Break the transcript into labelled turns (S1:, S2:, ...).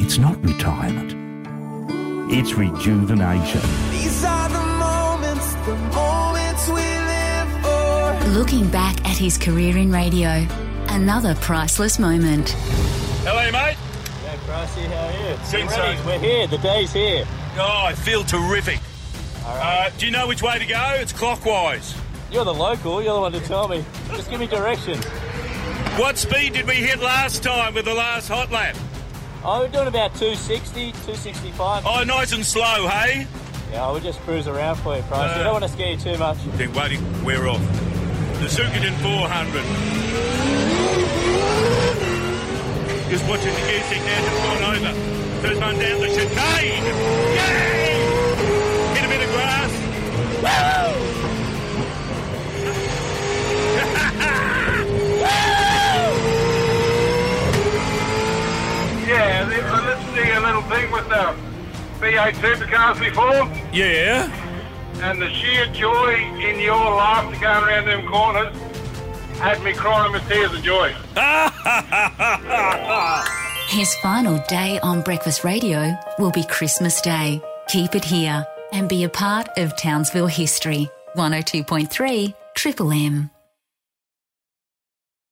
S1: It's not retirement. It's rejuvenation.
S2: These are the moments, the moments we live for.
S3: Looking back at his career in radio, another priceless moment.
S4: Hello, mate.
S5: Yeah, Pricey, how are you?
S4: Since
S5: We're ready.
S4: I-
S5: We're here. The day's here.
S4: Oh, I feel terrific. Uh, do you know which way to go? It's clockwise.
S5: You're the local. You're the one to tell me. Just give me directions.
S4: What speed did we hit last time with the last hot lap?
S5: Oh, we're doing about 260, 265.
S4: Oh, nice and slow, hey?
S5: Yeah, we'll just cruise around for you, Pricey.
S4: Uh,
S5: I don't want to scare you too much.
S4: Then waiting, we're off. The Zukaden 400. Just watching the gear stick now, just gone over. First one down the chicane. Yay! Hit a bit of grass. Woo!
S6: Yeah, they were listening a little thing with the BA supercars before,
S4: Yeah.
S6: and the sheer joy in your laughter going around them corners had me crying with tears of joy.
S3: His final day on Breakfast Radio will be Christmas Day. Keep it oh here and be a part of Townsville history. 102.3 Triple M.